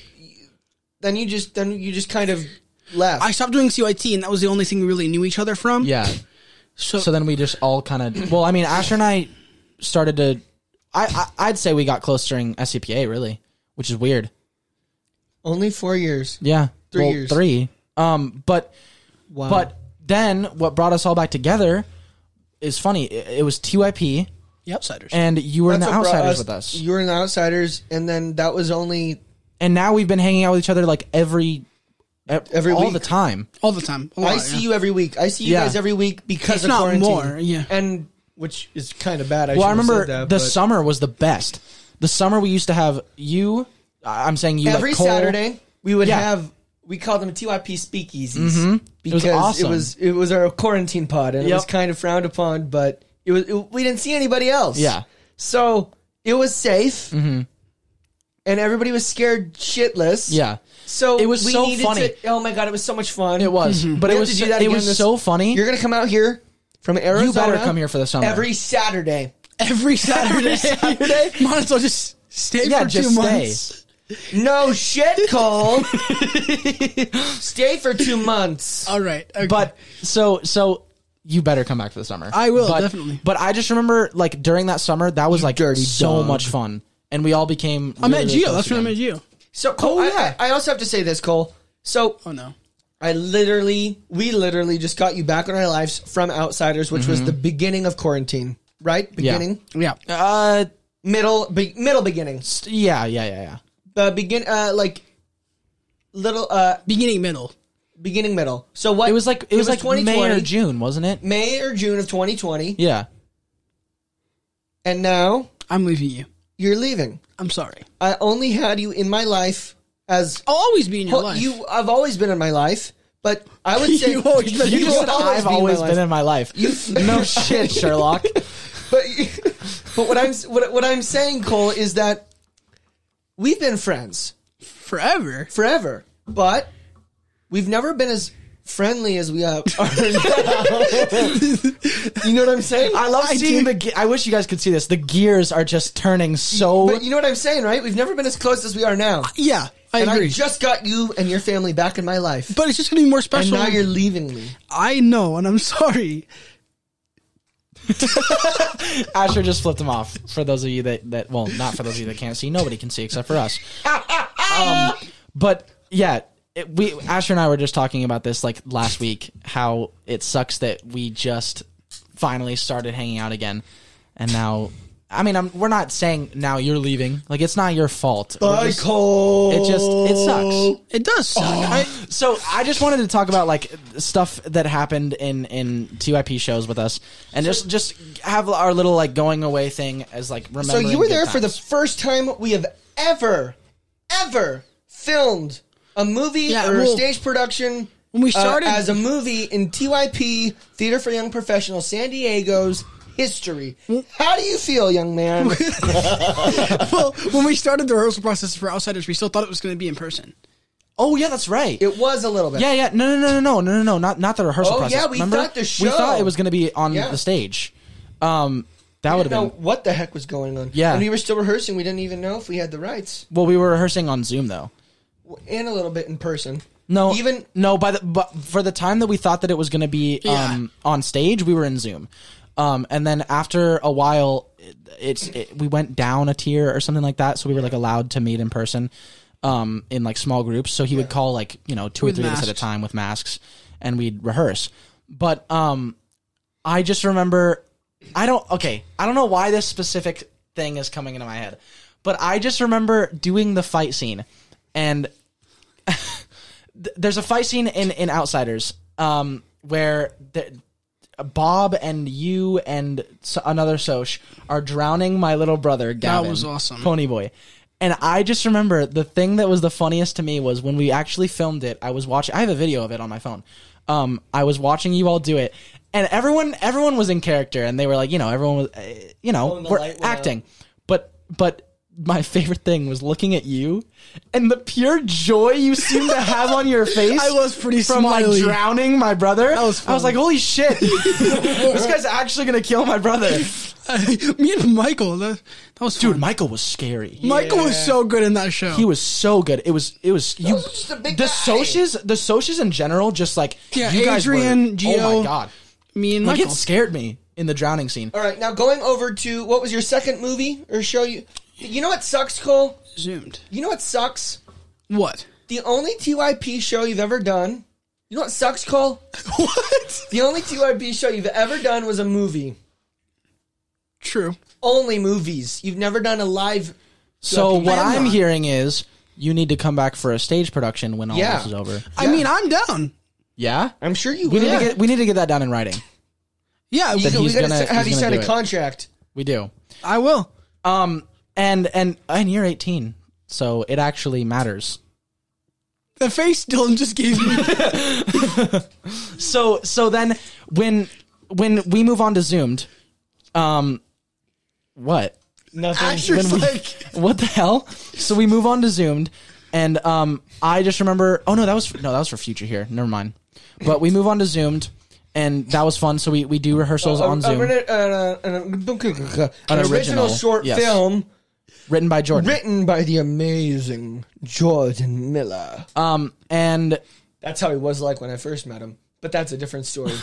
Speaker 1: then you just then you just kind of left.
Speaker 3: I stopped doing CYT, and that was the only thing we really knew each other from.
Speaker 2: yeah.
Speaker 3: So,
Speaker 2: So then we just all kind of well, I mean, Asher and I started to. I, I I'd say we got close during SCPA, really, which is weird.
Speaker 1: Only four years.
Speaker 2: Yeah,
Speaker 1: Three
Speaker 2: Well,
Speaker 1: years.
Speaker 2: Three. Um, but
Speaker 1: Wow.
Speaker 2: But then what brought us all back together is funny. It, it was TYP,
Speaker 3: the Outsiders.
Speaker 2: and you were in the
Speaker 1: That's what brought
Speaker 2: outsiders with us.
Speaker 1: You were in the outsiders, and then that was only
Speaker 2: and now we've been hanging out with each other like every e-
Speaker 1: Every
Speaker 2: all
Speaker 1: week.
Speaker 2: the time.
Speaker 3: all the time. A
Speaker 1: I
Speaker 3: lot,
Speaker 1: see
Speaker 3: yeah.
Speaker 1: you every week. I see you
Speaker 2: Yeah.
Speaker 1: guys every week because
Speaker 3: If
Speaker 1: of
Speaker 3: not
Speaker 1: quarantine.
Speaker 3: more, yeah.
Speaker 1: and which is kind of bad. I
Speaker 2: Well, I
Speaker 1: should've said
Speaker 2: remember
Speaker 1: that,
Speaker 2: the
Speaker 1: but-
Speaker 2: summer was the best. The summer we used to have you. I- I'm saying you
Speaker 1: every
Speaker 2: like Cole.
Speaker 1: Saturday we would
Speaker 2: Yeah. Mm-hmm.
Speaker 1: have we called them TYP speakeasies
Speaker 2: was
Speaker 1: because
Speaker 2: awesome.
Speaker 1: it was it was our quarantine pod and it was
Speaker 2: Yep.
Speaker 1: kind of frowned upon, but it was it, we didn't see anybody else.
Speaker 2: Yeah.
Speaker 1: so it was safe,
Speaker 2: Mm-hmm.
Speaker 1: and everybody was scared shitless.
Speaker 2: Yeah.
Speaker 1: so
Speaker 2: It was
Speaker 1: we
Speaker 2: so
Speaker 1: needed
Speaker 2: funny.
Speaker 1: to- oh my god, it was so much fun.
Speaker 2: It was, but
Speaker 1: We
Speaker 2: it
Speaker 1: have
Speaker 2: was
Speaker 1: to
Speaker 2: so,
Speaker 1: do that
Speaker 2: it
Speaker 1: again
Speaker 2: was
Speaker 1: this-
Speaker 2: so funny.
Speaker 1: You're gonna come out here from Arizona.
Speaker 2: you better come here for the summer.
Speaker 1: every Saturday.
Speaker 3: every Saturday. Saturday. Might as well just stay
Speaker 2: yeah,
Speaker 3: for
Speaker 2: just
Speaker 3: two
Speaker 2: stay.
Speaker 3: months.
Speaker 1: No shit, Cole. Stay for two months.
Speaker 3: All right, okay.
Speaker 2: But so so you better come back for the summer.
Speaker 3: I will,
Speaker 2: But-
Speaker 3: definitely.
Speaker 2: But I just remember like during that summer that was like
Speaker 1: dirty
Speaker 2: so
Speaker 1: dog.
Speaker 2: much fun, and we all became.
Speaker 3: I met Gio. That's when I met Gio.
Speaker 1: So
Speaker 2: Oh,
Speaker 1: Cole, I- I, I also have to say this, Cole. So
Speaker 3: Oh no.
Speaker 1: I literally, we literally just got you back on our lives from Outsiders, which
Speaker 2: Mm-hmm.
Speaker 1: was the beginning of quarantine, right? Beginning,
Speaker 3: Yeah.
Speaker 2: Uh,
Speaker 1: middle, be, middle beginning,
Speaker 2: st- yeah, yeah, yeah, yeah.
Speaker 1: uh, begin, uh, like little, uh,
Speaker 3: Beginning middle.
Speaker 1: beginning, middle. So what?
Speaker 2: It was like it, was, like May or June, wasn't it?
Speaker 1: May or June of 2020,
Speaker 2: Yeah.
Speaker 1: and now
Speaker 3: I'm leaving you.
Speaker 1: you're leaving.
Speaker 3: I'm sorry.
Speaker 1: I only had you in my life as
Speaker 3: I'll always be in your
Speaker 1: Well,
Speaker 3: life.
Speaker 1: You, I've always been in my life, but I would say
Speaker 3: You always been-
Speaker 2: You,
Speaker 3: You
Speaker 2: just
Speaker 3: will
Speaker 2: said I've always been in my life. no shit, Sherlock.
Speaker 1: in. my life." But, but what I'm what, what I'm saying, Cole, is that we've been friends
Speaker 3: Forever.
Speaker 1: forever, but we've never been as friendly as we uh, are now. you know what I'm saying?
Speaker 2: I love seeing the.
Speaker 3: do.
Speaker 2: Ge- I wish you guys could see this. The gears are just turning so.
Speaker 1: But you know what I'm saying, right? We've never been as close as we are now.
Speaker 3: Yeah, I
Speaker 1: And
Speaker 3: agree.
Speaker 1: I just got you and your family back in my life,
Speaker 3: but it's just gonna be more
Speaker 1: and
Speaker 3: special.
Speaker 1: now you're leaving me.
Speaker 3: I know, and I'm sorry.
Speaker 2: Asher just flipped them off. For those of you that that well, not for those of you that can't see, nobody can see except for us. Um, but yeah, it, we Asher and I were just talking about this like last week. How it sucks that we just finally started hanging out again, and now. I mean, I'm, we're not saying now you're leaving. Like it's not your fault. We're just-
Speaker 1: Cole.
Speaker 2: it just it sucks.
Speaker 3: It does suck. I,
Speaker 2: So I just wanted to talk about like stuff that happened in in TYP shows with us, and just just have our little like going away thing as like remember.
Speaker 1: So you were there for the first time we have ever, ever filmed a movie
Speaker 3: Yeah,
Speaker 1: or a
Speaker 3: well,
Speaker 1: stage production.
Speaker 3: when we
Speaker 1: uh,
Speaker 3: started-
Speaker 1: as a movie in TYP Theater for Young Professionals, San Diego's history. How do you feel, young man? Oh.
Speaker 3: well, when we started the rehearsal process for Outsiders, we still thought it was going to be in person.
Speaker 2: oh yeah that's right
Speaker 1: it was a little bit.
Speaker 2: yeah yeah no no no no no no no no not not the rehearsal
Speaker 1: Oh,
Speaker 2: process
Speaker 1: yeah, we
Speaker 2: remember?
Speaker 1: thought the
Speaker 2: we thought
Speaker 1: show-
Speaker 2: it was gonna be on
Speaker 1: Yeah.
Speaker 2: the stage, um that
Speaker 1: We
Speaker 2: would
Speaker 1: didn't
Speaker 2: have
Speaker 1: know
Speaker 2: been
Speaker 1: what the heck was going on.
Speaker 2: Yeah.
Speaker 1: and we were still rehearsing. We didn't even know if we had the rights,
Speaker 2: well we were rehearsing on Zoom though
Speaker 1: and a little bit in person.
Speaker 2: no
Speaker 1: even
Speaker 2: no by the but for the time that we thought that it was gonna be
Speaker 3: Yeah.
Speaker 2: um on stage we were in Zoom. Um, and then after a while, it, it's it, we went down a tier or something like that, so we were like allowed to meet in person, um, in like small groups. So he would call like you know two or
Speaker 3: With
Speaker 2: three of us at a
Speaker 3: masks.
Speaker 2: time with masks, and we'd rehearse. But um, I just remember, I don't okay, I don't know why this specific thing is coming into my head, But I just remember doing the fight scene, and th- there's a fight scene in in Outsiders um, where the, Bob and you and so- another Soch are drowning my little brother. Gavin,
Speaker 3: was awesome.
Speaker 2: Pony Boy. And I just remember the thing that was the funniest to me was when we actually filmed it. I was watching. I have a video of it on my phone. Um, I was watching you all do it, and everyone everyone was in character, and they were like, you know, everyone was, uh, you know,
Speaker 4: the
Speaker 2: we're
Speaker 4: light went out.
Speaker 2: acting, but but. My favorite thing was looking at you and the pure joy you seemed to have on your face.
Speaker 3: I was pretty
Speaker 2: from
Speaker 3: smiley.
Speaker 2: like drowning my brother.
Speaker 3: was
Speaker 2: I was
Speaker 3: fun.
Speaker 2: like, holy shit, this guy's actually gonna kill my brother.
Speaker 3: Me and Michael, that, that was
Speaker 2: Dude,
Speaker 3: fun.
Speaker 2: Michael was scary.
Speaker 3: Michael was so good in that show.
Speaker 2: He was so good. It was it was you.
Speaker 1: was just a big
Speaker 2: the
Speaker 1: guy.
Speaker 2: socias, the socias in general, just like
Speaker 3: Yeah,
Speaker 2: you guys
Speaker 3: Adrian,
Speaker 2: were, Oh
Speaker 3: Gio,
Speaker 2: my god,
Speaker 3: me and
Speaker 2: like
Speaker 3: Michael.
Speaker 2: it scared me in the drowning scene.
Speaker 1: All right, now going over to what was your second movie or show? You you know what sucks, Cole?
Speaker 3: Zoomed.
Speaker 1: You know what sucks?
Speaker 3: What?
Speaker 1: The only TYP show you've ever done. You know what sucks, Cole?
Speaker 3: What?
Speaker 1: The only TYP show you've ever done was a movie.
Speaker 3: True.
Speaker 1: Only movies. You've never done a live.
Speaker 2: So
Speaker 1: I am
Speaker 2: what I'm
Speaker 3: not.
Speaker 2: hearing is you need to come back for a stage production when all
Speaker 1: Yeah.
Speaker 2: this is over.
Speaker 3: I mean, I'm down.
Speaker 2: Yeah,
Speaker 1: I'm sure you
Speaker 2: we
Speaker 1: will.
Speaker 2: need to get we need to get that down in writing.
Speaker 3: Yeah, we-
Speaker 2: he's
Speaker 1: we gotta
Speaker 2: gonna-
Speaker 1: s- have
Speaker 2: he's
Speaker 1: you
Speaker 2: gonna
Speaker 1: sign
Speaker 2: do
Speaker 1: a
Speaker 2: it.
Speaker 1: contract.
Speaker 2: We do.
Speaker 3: I will.
Speaker 2: Um, and and and you're 18, so it actually matters.
Speaker 3: The face Dylan just gave me.
Speaker 2: So so then when when we move on to zoomed, um, what?
Speaker 4: Nothing.
Speaker 3: Asher's
Speaker 2: When we-
Speaker 3: like,
Speaker 2: what the hell? So we move on to Zoomed, and um, I just remember. Oh no, that was no, that was for Future here. Never mind. But we move on to Zoomed, and that was fun. So we, we do rehearsals
Speaker 3: Oh,
Speaker 1: A-
Speaker 2: on
Speaker 1: a-
Speaker 2: Zoom,
Speaker 1: uh, an, an,
Speaker 2: original,
Speaker 1: original short
Speaker 2: yes.
Speaker 1: film
Speaker 2: written by Jordan.
Speaker 1: written by the amazing Jordan Miller.
Speaker 2: um, and
Speaker 1: That's how he was like when I first met him. But that's a different story.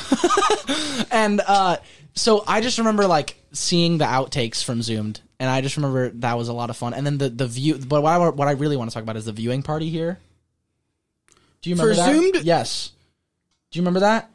Speaker 2: and uh, so I just remember like seeing the outtakes from Zoomed, and I just remember that was a lot of fun. And then the the view, but what I, what I really want to talk about is the viewing party here. Do you
Speaker 3: For
Speaker 2: remember that?
Speaker 3: Zoomed?
Speaker 2: Yes. Do you remember that?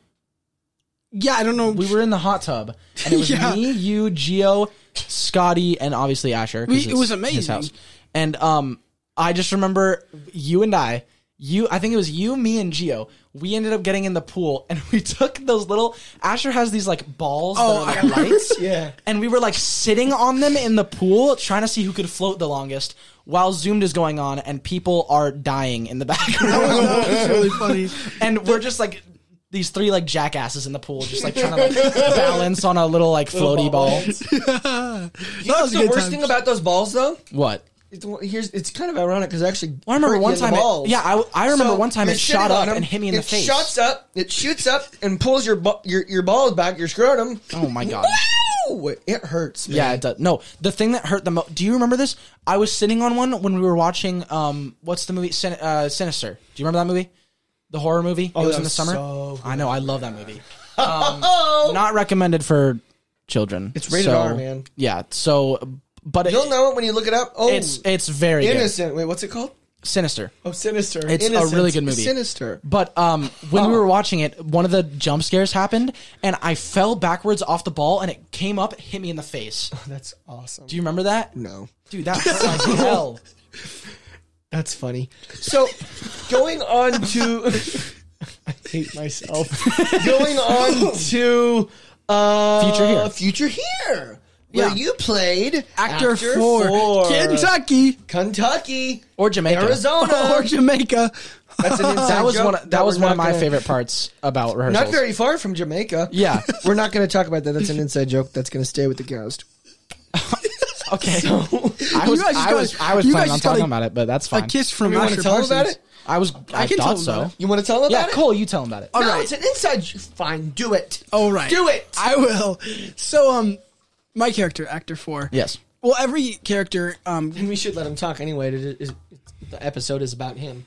Speaker 3: yeah, I don't know.
Speaker 2: We were in the hot tub, and it was
Speaker 3: Yeah.
Speaker 2: me, you, Geo, Scotty, and obviously Asher. 'cause
Speaker 3: We-
Speaker 2: it's
Speaker 3: it was
Speaker 2: his
Speaker 3: amazing.
Speaker 2: house. And um, I just remember you and I. You, I think it was you, me, and Geo. We ended up getting in the pool, and we took those little. Asher has these like balls
Speaker 3: Oh,
Speaker 2: that
Speaker 3: I
Speaker 2: are like lights,
Speaker 1: yeah.
Speaker 2: and we were like sitting on them in the pool, trying to see who could float the longest, while zoomed is going on, and people are dying in the background
Speaker 3: that was really funny.
Speaker 2: and we're just like these three like jackasses in the pool, just like trying to like balance on a little like floaty ball.
Speaker 3: that was a
Speaker 1: the
Speaker 3: good
Speaker 1: worst
Speaker 3: time.
Speaker 1: thing about those balls, though,
Speaker 2: What?
Speaker 1: it's, here's it's kind of ironic because actually,
Speaker 2: I remember one time.
Speaker 1: The
Speaker 2: It,
Speaker 1: balls.
Speaker 2: yeah, I, I remember
Speaker 1: So
Speaker 2: one time
Speaker 1: you're
Speaker 2: it shot
Speaker 1: sitting on
Speaker 2: up
Speaker 1: 'em,
Speaker 2: and hit me in
Speaker 1: it
Speaker 2: the face.
Speaker 1: Shoots up, it shoots up and pulls your bu- your your balls back, your scrotum.
Speaker 2: Oh my god.
Speaker 1: Ow! It hurts. Man.
Speaker 2: Yeah, it does. No, the thing that hurt the most. Do you remember this? I was sitting on one when we were watching. Um, what's the movie? Sin- uh, Sinister. Do you remember that movie? The horror movie. Oh, it was
Speaker 1: that
Speaker 2: in the
Speaker 1: was
Speaker 2: summer.
Speaker 1: so
Speaker 2: I know. I love that movie.
Speaker 1: Oh,
Speaker 2: Not recommended for children. It's
Speaker 1: rated R, man.
Speaker 2: Yeah. So, but it,
Speaker 1: you'll know it when you look it up. Oh,
Speaker 2: it's it's very good.
Speaker 1: innocent. Wait, what's it called?
Speaker 2: Sinister.
Speaker 1: Oh, sinister.
Speaker 2: It's a
Speaker 1: Innocent.
Speaker 2: really good movie.
Speaker 1: Sinister.
Speaker 2: But um, when we were watching it, one of the jump scares happened, and I fell backwards off the ball, and it came up, hit me in the face.
Speaker 1: That's awesome.
Speaker 2: Do you remember that?
Speaker 1: no,
Speaker 2: Dude, that hurt like hell.
Speaker 1: that's funny. So, going on to, I hate myself. going on to uh,
Speaker 2: Future Here.
Speaker 1: Future here. Where
Speaker 3: Yeah.
Speaker 1: you played
Speaker 3: Actor, for Kentucky
Speaker 1: Kentucky,
Speaker 2: Or Jamaica.
Speaker 1: Arizona.
Speaker 3: or Jamaica.
Speaker 1: That's an inside
Speaker 2: That was
Speaker 1: joke
Speaker 2: one. That,
Speaker 1: we're
Speaker 2: was one of
Speaker 1: not
Speaker 2: my
Speaker 1: gonna-
Speaker 2: favorite parts about rehearsals.
Speaker 1: Not very far from Jamaica.
Speaker 2: Yeah.
Speaker 1: We're not going to talk about that. That's an inside joke. That's going to stay with the ghost.
Speaker 2: Okay. I
Speaker 3: You
Speaker 2: was.
Speaker 3: guys just
Speaker 2: I was.
Speaker 3: gotta-
Speaker 2: I was
Speaker 3: you
Speaker 2: planning on
Speaker 3: guys just gotta-
Speaker 2: talking about it, but that's
Speaker 3: A
Speaker 2: fine.
Speaker 3: kiss from
Speaker 1: You want
Speaker 3: Asher
Speaker 1: to tell him
Speaker 3: Parsons.
Speaker 1: about it?
Speaker 2: I was. I,
Speaker 3: can tell
Speaker 2: thought
Speaker 3: him
Speaker 2: so.
Speaker 3: about
Speaker 1: You want to tell him
Speaker 2: Yeah,
Speaker 1: about
Speaker 2: Cole, you tell him about it.
Speaker 3: All
Speaker 1: it? No,
Speaker 3: right.
Speaker 1: it's an inside joke. Fine, do it.
Speaker 3: All Oh, right.
Speaker 1: Do it.
Speaker 3: I will. So, um, my character, actor four.
Speaker 2: Yes.
Speaker 3: Well, every character, um,
Speaker 1: And we should let him talk anyway. It- it- it- the episode is about him.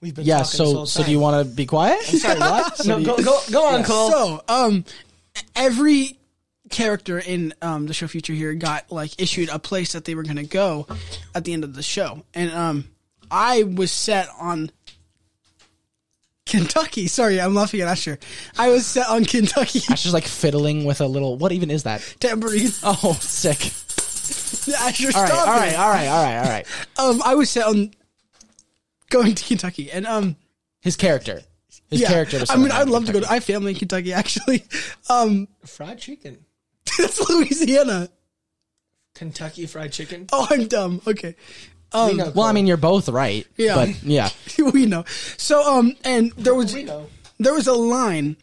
Speaker 1: We've been
Speaker 2: Yeah.
Speaker 1: talking this
Speaker 2: So.
Speaker 1: whole
Speaker 2: So do
Speaker 1: time.
Speaker 2: you want to be quiet?
Speaker 1: Sorry, what? no, go, go, go on, Cole.
Speaker 3: So, um, every character in um, the show Future here got like issued a place that they were going to go at the end of the show, and um, I was set on Kentucky. Sorry, I'm laughing at Usher. I was set on Kentucky
Speaker 2: Ash is like fiddling with a little. What even is that?
Speaker 3: tambourine.
Speaker 2: Oh, sick.
Speaker 3: Asher,
Speaker 2: All right,
Speaker 3: stop
Speaker 2: all
Speaker 3: it.
Speaker 2: right, all right, all right, all right.
Speaker 3: Um, I was set on going to Kentucky, and um,
Speaker 2: His character, his
Speaker 3: yeah,
Speaker 2: character.
Speaker 3: I mean, I'd love to go. to I have family in Kentucky, actually. Um,
Speaker 1: Fried chicken.
Speaker 3: that's Louisiana.
Speaker 1: Kentucky fried chicken.
Speaker 3: Oh, I'm dumb. Okay,
Speaker 1: We
Speaker 3: um,
Speaker 1: know,
Speaker 2: Well, I
Speaker 1: Cole.
Speaker 2: mean, you're both right.
Speaker 3: Yeah.
Speaker 2: but yeah,
Speaker 3: we know. So, um, and there was
Speaker 1: We know.
Speaker 3: there was a line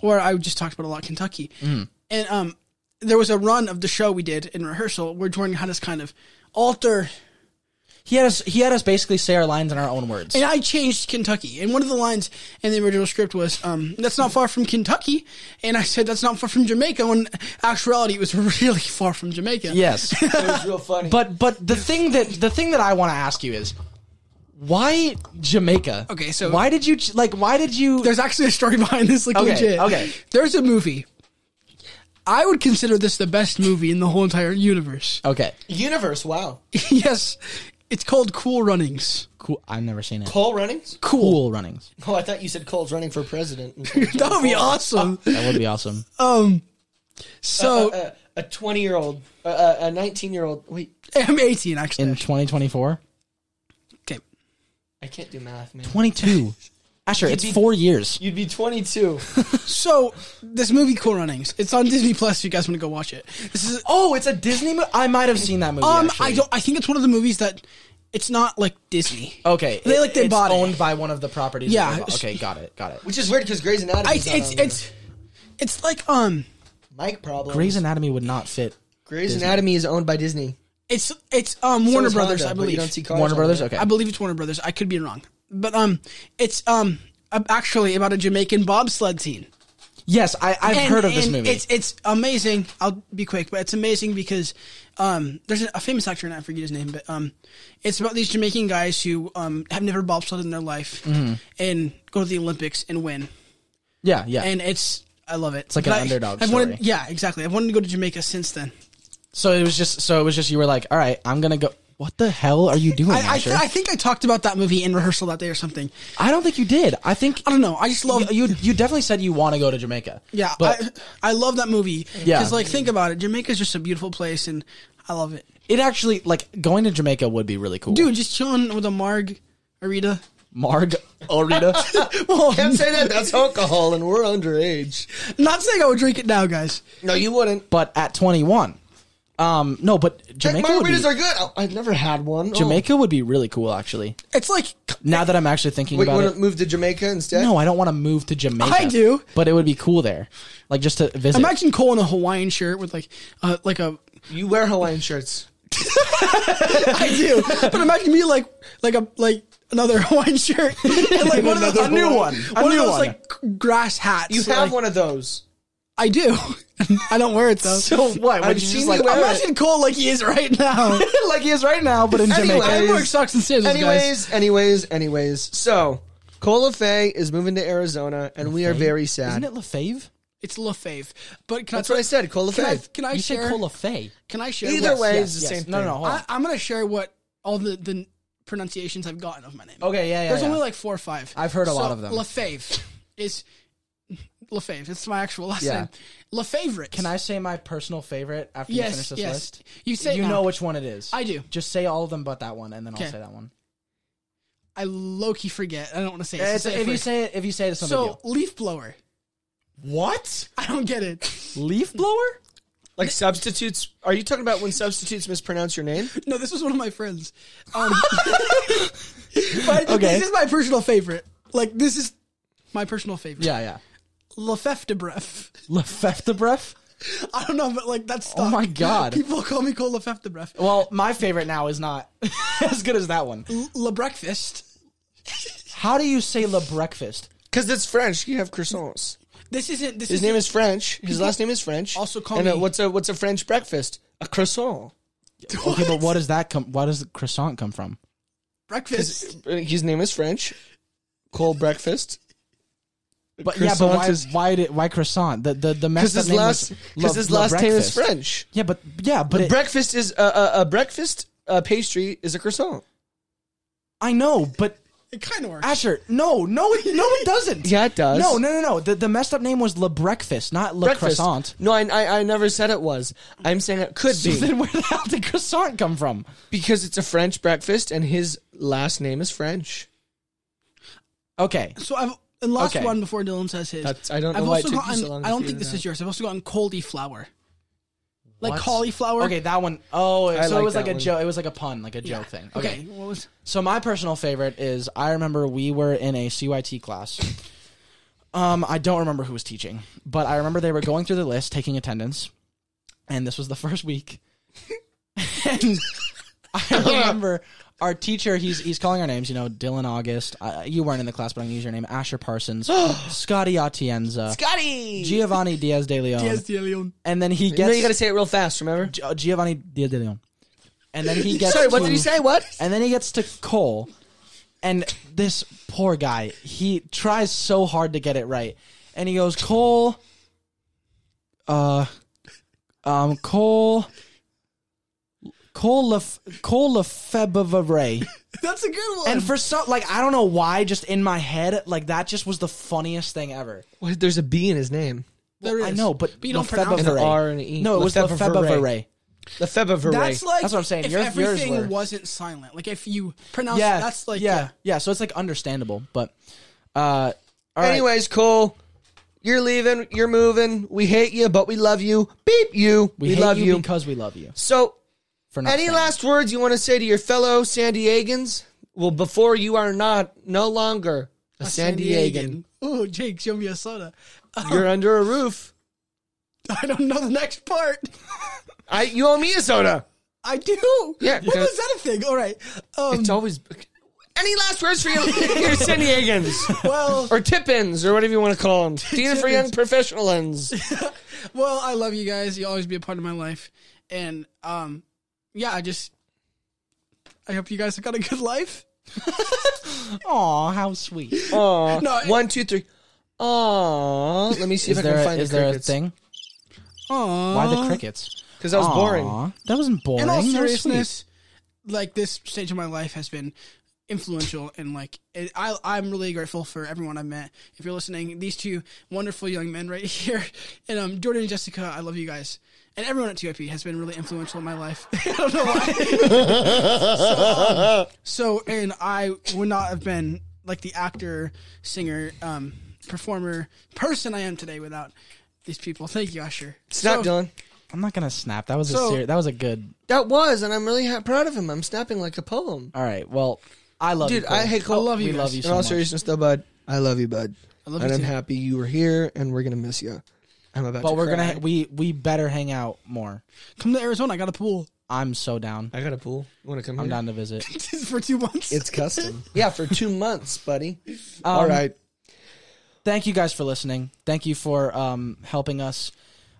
Speaker 3: where I just talked about a lot Kentucky,
Speaker 2: Mm.
Speaker 3: and um, there was a run of the show we did in rehearsal where Jordan had us kind of alter
Speaker 2: he had us. He had us basically say our lines in our own words.
Speaker 3: And I changed Kentucky. And one of the lines in the original script was, um, that's not far from Kentucky. And I said, that's not far from Jamaica. When in actuality, it was really far from Jamaica.
Speaker 2: Yes,
Speaker 1: It was real funny.
Speaker 2: but but the thing that the thing that I want to ask you is. Why Jamaica?
Speaker 3: Okay, so-
Speaker 2: why did you ch- like? Why did you?
Speaker 3: There's actually a story behind this. Like,
Speaker 2: Okay,
Speaker 3: legit.
Speaker 2: okay.
Speaker 3: There's a movie. I would consider this the best movie in the whole entire universe.
Speaker 2: Okay,
Speaker 1: Universe, wow.
Speaker 3: yes. It's called Cool Runnings.
Speaker 2: cool. I've never seen it.
Speaker 1: Cole Runnings?
Speaker 2: Cool runnings.
Speaker 1: Oh, I thought you said Cole's running for president.
Speaker 3: That would be awesome.
Speaker 2: That would be awesome.
Speaker 3: Um, so
Speaker 2: Uh,
Speaker 1: a, a 20 year old, uh, a 19 year old. Wait,
Speaker 3: I'm 18 actually.
Speaker 2: uh, In 2024,
Speaker 3: okay.
Speaker 1: I can't do math, man.
Speaker 2: 22. Asher, it's
Speaker 1: be-
Speaker 2: four years.
Speaker 1: You'd be 22.
Speaker 3: So this movie Cool Runnings, it's on Disney Plus. If you guys want to go watch it, this is
Speaker 2: Oh, it's a Disney movie. I might have seen that movie.
Speaker 3: Um,
Speaker 2: actually.
Speaker 3: I don't. I think it's one of the movies that it's not like Disney.
Speaker 2: Okay,
Speaker 3: They, like, they
Speaker 2: it's
Speaker 3: bought it.
Speaker 2: owned by one of the properties. that
Speaker 3: Yeah.
Speaker 2: they bought. Okay, got it, got it.
Speaker 1: Which is weird because Grey's Anatomy.
Speaker 3: I, it's it's it's it's like um,
Speaker 1: Mike problem.
Speaker 2: Grey's Anatomy would not fit.
Speaker 1: Grey's Anatomy is owned by Disney.
Speaker 3: it's it's um Warner
Speaker 1: So is
Speaker 3: Brothers.
Speaker 1: Honda,
Speaker 3: I
Speaker 1: but
Speaker 3: believe
Speaker 1: You don't see cars
Speaker 2: Warner
Speaker 1: on
Speaker 2: Brothers.
Speaker 1: there.
Speaker 2: Okay,
Speaker 3: I believe it's Warner Brothers. I could be wrong, but um, it's um ab- actually about a Jamaican bobsled team.
Speaker 2: yes, I, I've
Speaker 3: And-
Speaker 2: heard of this
Speaker 3: and
Speaker 2: movie.
Speaker 3: It's it's amazing. I'll be quick, but it's amazing because um, there's a, a famous actor, and I forget his name, but um, it's about these Jamaican guys who um have never bobsled in their life and go to the Olympics and win.
Speaker 2: yeah, yeah.
Speaker 3: and it's I love it. It's
Speaker 2: like an underdog
Speaker 3: I've
Speaker 2: story.
Speaker 3: Wanted, yeah, exactly. I've wanted to go to Jamaica since then.
Speaker 2: so it was just, so it was just, you were like, all right, I'm gonna go. What the hell are Hmm, you doing,
Speaker 3: I, I,
Speaker 2: Asher?
Speaker 3: I think I talked about that movie in rehearsal that day or something.
Speaker 2: I don't think you did. I think
Speaker 3: I don't know. I just love
Speaker 2: you. You definitely said you want to go to Jamaica.
Speaker 3: yeah.
Speaker 2: but
Speaker 3: I, I love that movie.
Speaker 2: Yeah.
Speaker 3: because like think about it, Jamaica's just a beautiful place, and I love it.
Speaker 2: it actually like going to Jamaica would be really cool,
Speaker 3: Dude, just chilling with a Marg, Arita.
Speaker 2: Marg, Orita.
Speaker 3: Well,
Speaker 1: Can't say that. That's alcohol, and we're underage.
Speaker 3: not saying I would drink it now, guys.
Speaker 1: No, you wouldn't.
Speaker 2: but at 21. Um, no, but
Speaker 1: Jamaica
Speaker 2: Jamaica would be,
Speaker 1: margaritas are good. Oh, I've never had one. Oh.
Speaker 2: Jamaica would be really cool actually.
Speaker 3: It's like
Speaker 2: Now that I'm actually thinking
Speaker 1: Wait, you
Speaker 2: about
Speaker 1: want
Speaker 2: it.
Speaker 1: to move to Jamaica instead?
Speaker 2: No, I don't want to move to Jamaica.
Speaker 3: I do.
Speaker 2: but it would be cool there, like just to visit.
Speaker 3: imagine Cole in a Hawaiian shirt with like uh, like a
Speaker 1: You wear Hawaiian shirts.
Speaker 3: I do. But imagine me like like a like another Hawaiian shirt and like one of those,
Speaker 2: Another Hawaiian-
Speaker 3: one
Speaker 2: a
Speaker 3: of
Speaker 2: new
Speaker 3: those
Speaker 2: one.
Speaker 3: like grass hats.
Speaker 1: You have
Speaker 3: Like,
Speaker 1: one of those.
Speaker 3: I do. I don't wear it though.
Speaker 2: so what? Would
Speaker 1: I've
Speaker 2: you just
Speaker 1: seen
Speaker 2: like
Speaker 1: you wear
Speaker 2: imagine
Speaker 3: imagine Cole like he is right now.
Speaker 2: like he is right now, but in
Speaker 1: Anyway.
Speaker 2: Jamaica.
Speaker 3: I'm wearing socks and scissors, guys.
Speaker 1: Anyways, anyways, anyways. So, Cola Faye is moving to Arizona, and we are very
Speaker 2: Isn't
Speaker 1: sad.
Speaker 2: it Lefebvre?
Speaker 3: It's LaFave. But can
Speaker 1: That's
Speaker 3: I,
Speaker 1: what I said, Cola
Speaker 3: can I,
Speaker 1: Faye.
Speaker 3: can I
Speaker 2: You said
Speaker 3: share?
Speaker 2: Cola Faye.
Speaker 3: Can I share?
Speaker 1: Either
Speaker 3: what-
Speaker 1: way,
Speaker 2: Yes,
Speaker 1: it's the
Speaker 2: yes.
Speaker 1: same
Speaker 2: No, no,
Speaker 1: thing.
Speaker 2: no. Hold
Speaker 3: I,
Speaker 2: on.
Speaker 3: I'm gonna share what all the the pronunciations I've gotten of my name.
Speaker 2: Okay, yeah, yeah.
Speaker 3: There's
Speaker 2: yeah.
Speaker 3: only like four or five.
Speaker 2: I've heard a lot of them.
Speaker 3: Lefebvre is Lefebvre. It's my actual last
Speaker 2: Yeah.
Speaker 3: name. Lefebvre.
Speaker 2: Can I say my personal favorite after you finish
Speaker 3: Yes,
Speaker 2: this
Speaker 3: yes.
Speaker 2: list?
Speaker 3: You say
Speaker 2: you
Speaker 3: now.
Speaker 2: know which one it is.
Speaker 3: I do.
Speaker 2: Just say all of them but that one, and then I'll
Speaker 3: Okay.
Speaker 2: say that one.
Speaker 3: I low key forget. I don't want to say it.
Speaker 2: It's-
Speaker 3: Say it
Speaker 2: if you
Speaker 3: first.
Speaker 2: say it, if you say it, it's no big
Speaker 3: so,
Speaker 2: deal.
Speaker 3: leaf blower.
Speaker 2: What?
Speaker 3: I don't get it.
Speaker 2: Leaf blower?
Speaker 1: Like substitutes? Are you talking about when substitutes mispronounce your name?
Speaker 3: No, this was one of my friends. Um, but
Speaker 2: Okay.
Speaker 3: This is my personal favorite. Like this is my personal favorite.
Speaker 2: Yeah, yeah.
Speaker 3: Lefeftebref.
Speaker 2: Lefebvre?
Speaker 3: I don't know, but like that's.
Speaker 2: Oh my God.
Speaker 3: People call me Cole Lefeftebref.
Speaker 2: Well, my favorite now is not as good as that one.
Speaker 3: L- La breakfast.
Speaker 2: How do you say le breakfast?
Speaker 1: Because it's French. You have croissants.
Speaker 3: This isn't. This
Speaker 1: His
Speaker 3: isn't-
Speaker 1: name is French. His last name is French.
Speaker 3: Also call
Speaker 1: and uh,
Speaker 3: me-
Speaker 1: what's a what's a French breakfast? A croissant.
Speaker 2: Okay, but what does that come? Why does the croissant come from?
Speaker 3: breakfast.
Speaker 1: Uh, His name is French. Cold breakfast.
Speaker 2: But yeah, but
Speaker 1: Croissant
Speaker 2: why
Speaker 1: is-
Speaker 2: why did why croissant? The the the
Speaker 1: Because
Speaker 2: messed up
Speaker 1: his
Speaker 2: name
Speaker 1: last
Speaker 2: was Le-
Speaker 1: because his
Speaker 2: Le
Speaker 1: last name is
Speaker 2: Breakfast.
Speaker 1: French.
Speaker 2: Yeah, but yeah, but it,
Speaker 1: Breakfast is a uh, uh, a breakfast uh, pastry is a croissant.
Speaker 2: I know, but
Speaker 3: It kind of works.
Speaker 2: Asher, no, no, it, no, it doesn't.
Speaker 1: Yeah, it does.
Speaker 2: No, no, no, no. The, the messed up name was Le Breakfast, not Le
Speaker 1: Breakfast.
Speaker 2: Croissant.
Speaker 1: No, I, I I never said it was. I'm saying it could
Speaker 2: So
Speaker 1: be
Speaker 2: then where the hell did croissant come from?
Speaker 1: because it's a French breakfast, and his last name is French.
Speaker 2: Okay.
Speaker 3: so I've the last
Speaker 2: Okay.
Speaker 3: one before Dylan says his.
Speaker 1: That's- I don't know
Speaker 3: I've
Speaker 1: why it
Speaker 3: also
Speaker 1: took you
Speaker 3: gotten,
Speaker 1: so long to
Speaker 3: I don't
Speaker 1: figure it
Speaker 3: think this
Speaker 1: out.
Speaker 3: is yours. I've also gotten cauliflower, like
Speaker 2: What?
Speaker 3: cauliflower.
Speaker 2: Okay, that one oh
Speaker 1: I
Speaker 2: so
Speaker 1: like
Speaker 2: it was
Speaker 1: that
Speaker 2: like a
Speaker 1: one.
Speaker 2: joke. It was like a pun, like a
Speaker 3: Yeah.
Speaker 2: joke thing. Okay.
Speaker 3: What was?
Speaker 1: Um,
Speaker 2: So my personal favorite is I remember we were in a CYT class. Um, I don't remember who was teaching, but I remember they were going through the list, taking attendance, and this was the first week. and I remember our teacher. He's he's calling our names. You know, Dylan August. Uh, you weren't in the class, but I'm gonna use your name. Asher Parsons, Scotty Atienza,
Speaker 1: Scotty.
Speaker 2: Giovanni Diaz de Leon,
Speaker 3: Yes, the alien.
Speaker 2: and then he
Speaker 1: You
Speaker 2: gets
Speaker 1: know you got to say it real fast. Remember?
Speaker 2: Gi- uh, Giovanni Diaz de Leon, and then he gets.
Speaker 1: Sorry, what
Speaker 2: to-
Speaker 1: did he say? What?
Speaker 2: and then he gets to Cole, and this poor guy, he tries so hard to get it right, and he goes Cole, uh, um, Cole, Cole, Lef- Cole Lefebvre.
Speaker 3: That's a good one.
Speaker 2: and for some, like I don't know why, just in my head, like that just was the funniest thing ever.
Speaker 1: Well, there's a B in his name.
Speaker 3: There
Speaker 2: I
Speaker 3: is.
Speaker 2: know, but,
Speaker 3: But you don't
Speaker 2: Lefebvre.
Speaker 3: pronounce it.
Speaker 1: An R and an E.
Speaker 2: No, it was
Speaker 1: Lefebvre.
Speaker 2: Lefebvre.
Speaker 1: The Febivere.
Speaker 3: That's like
Speaker 2: That's what I'm saying.
Speaker 3: If
Speaker 2: Yours- yours
Speaker 3: everything
Speaker 2: were-
Speaker 3: wasn't silent, like if you pronounce,
Speaker 2: Yeah,
Speaker 3: that's like uh,
Speaker 2: yeah, yeah. So it's like understandable, but uh, all right.
Speaker 1: Anyways, Cole, you're leaving. You're moving. We hate you, but we love you. Beep you. We,
Speaker 2: hate
Speaker 1: love you.
Speaker 2: because we love you.
Speaker 1: so,
Speaker 2: For not
Speaker 1: any
Speaker 2: saying-
Speaker 1: last words you want to say to your fellow San Diegans? Well, before you are not no longer a, San, Diegan.
Speaker 3: Oh, Jake, show me a soda.
Speaker 1: You're under a roof.
Speaker 3: I don't know the next part.
Speaker 1: I you owe me a soda.
Speaker 3: I do.
Speaker 1: Yeah,
Speaker 3: What
Speaker 1: yeah.
Speaker 3: was that a thing? All right. Um,
Speaker 1: It's always. Any last words for your, your San Diegans
Speaker 3: well,
Speaker 1: or Tippins or whatever you want to call them? Tina for young professional ends.
Speaker 3: well, I love you guys. You always be a part of my life, and um, yeah, I just, I hope you guys have got a good life.
Speaker 2: Aw, how sweet. Is
Speaker 1: Aw.
Speaker 3: No, it-
Speaker 1: One, two, three. Aw. Let me see if I
Speaker 2: there,
Speaker 1: can
Speaker 2: a-
Speaker 1: find
Speaker 2: is
Speaker 1: the
Speaker 2: there a
Speaker 1: crickets.
Speaker 2: thing?
Speaker 3: Aww.
Speaker 2: Why the crickets?
Speaker 1: Because that was
Speaker 2: Aw,
Speaker 1: boring.
Speaker 2: That wasn't boring.
Speaker 3: In all
Speaker 2: that was
Speaker 3: seriousness, like this stage of my life has been influential, and like it, I, I'm really grateful for everyone I met. If you're listening, these two wonderful young men right here, and um, Jordan and Jessica, I love you guys, and everyone at TIP has been really influential in my life. I don't know why. so, um, so, and I would not have been like the actor, singer, um, performer, person I am today without these people. Thank you, Usher.
Speaker 1: Snap,
Speaker 3: So-
Speaker 1: Dylan.
Speaker 2: sweet. I'm not gonna snap. That was a
Speaker 3: So-
Speaker 2: ser- that was a good.
Speaker 1: That was, and I'm really ha- proud of him. I'm snapping like a poem.
Speaker 2: All right. Well, I love
Speaker 1: Dude,
Speaker 2: you. Oh,
Speaker 1: I, hey, Cole.
Speaker 3: I love you
Speaker 2: We
Speaker 3: guys.
Speaker 2: love you
Speaker 1: In
Speaker 2: so
Speaker 1: all
Speaker 2: much.
Speaker 1: seriousness, though, bud, I love you, bud.
Speaker 3: I love you
Speaker 1: and I'm
Speaker 3: too.
Speaker 1: happy you were here, and we're going to miss you. I'm about
Speaker 2: but
Speaker 1: to
Speaker 2: we're
Speaker 1: cry.
Speaker 2: gonna we we better hang out more.
Speaker 3: Come to Arizona. I got a pool.
Speaker 2: I'm so down.
Speaker 1: I got a pool. You want to come
Speaker 2: I'm
Speaker 1: here?
Speaker 2: down to visit.
Speaker 3: for two months.
Speaker 1: It's custom. yeah, for two months, buddy. all right.
Speaker 2: Thank you guys for listening. Thank you for um helping us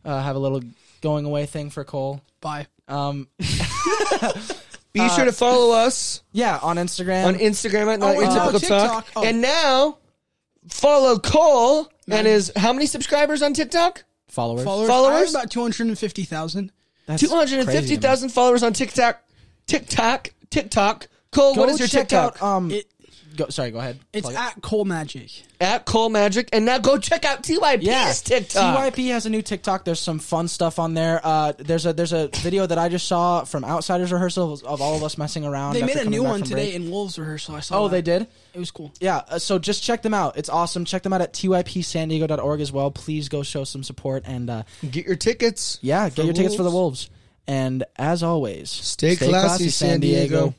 Speaker 2: uh, have a little going away thing for Cole.
Speaker 3: Bye.
Speaker 2: Um,
Speaker 1: Be sure to follow us
Speaker 2: yeah, on Instagram.
Speaker 1: on Instagram at Not
Speaker 3: Oh,
Speaker 1: Your
Speaker 3: and now
Speaker 1: Typical Talk.
Speaker 3: TikTok. Oh.
Speaker 1: And now, follow Cole and his, how many subscribers on TikTok?
Speaker 2: followers.
Speaker 3: Followers.
Speaker 1: Followers?
Speaker 3: I have about 250,000.
Speaker 2: That's crazy to me.
Speaker 1: 250,000 followers on TikTok. TikTok. TikTok. Cole, what
Speaker 2: Go
Speaker 1: is your
Speaker 2: check
Speaker 1: TikTok?
Speaker 2: Out, um,
Speaker 3: It,
Speaker 2: go, sorry, go ahead.
Speaker 3: it's
Speaker 2: Plug it.
Speaker 3: at Cole Magic.
Speaker 1: at Cole Magic. And now go check out TYP's
Speaker 2: uh, yeah.
Speaker 1: TikTok.
Speaker 2: TYP has a new TikTok. There's some fun stuff on there. Uh, there's a there's a video that I just saw from Outsiders rehearsal of all of us messing around.
Speaker 3: They
Speaker 2: after
Speaker 3: made a
Speaker 2: coming
Speaker 3: new
Speaker 2: back
Speaker 3: one
Speaker 2: from
Speaker 3: today
Speaker 2: break.
Speaker 3: in Wolves rehearsal. I saw.
Speaker 2: Oh,
Speaker 3: that.
Speaker 2: they did.
Speaker 3: It was cool.
Speaker 2: Yeah, uh, so just check them out. It's awesome. Check them out at typsandiego.org as well. Please go show some support and uh,
Speaker 1: Get your tickets.
Speaker 2: yeah, get
Speaker 1: For
Speaker 2: your tickets for the
Speaker 1: Wolves.
Speaker 2: Wolves. And as always,
Speaker 1: Stay classy, San Diego.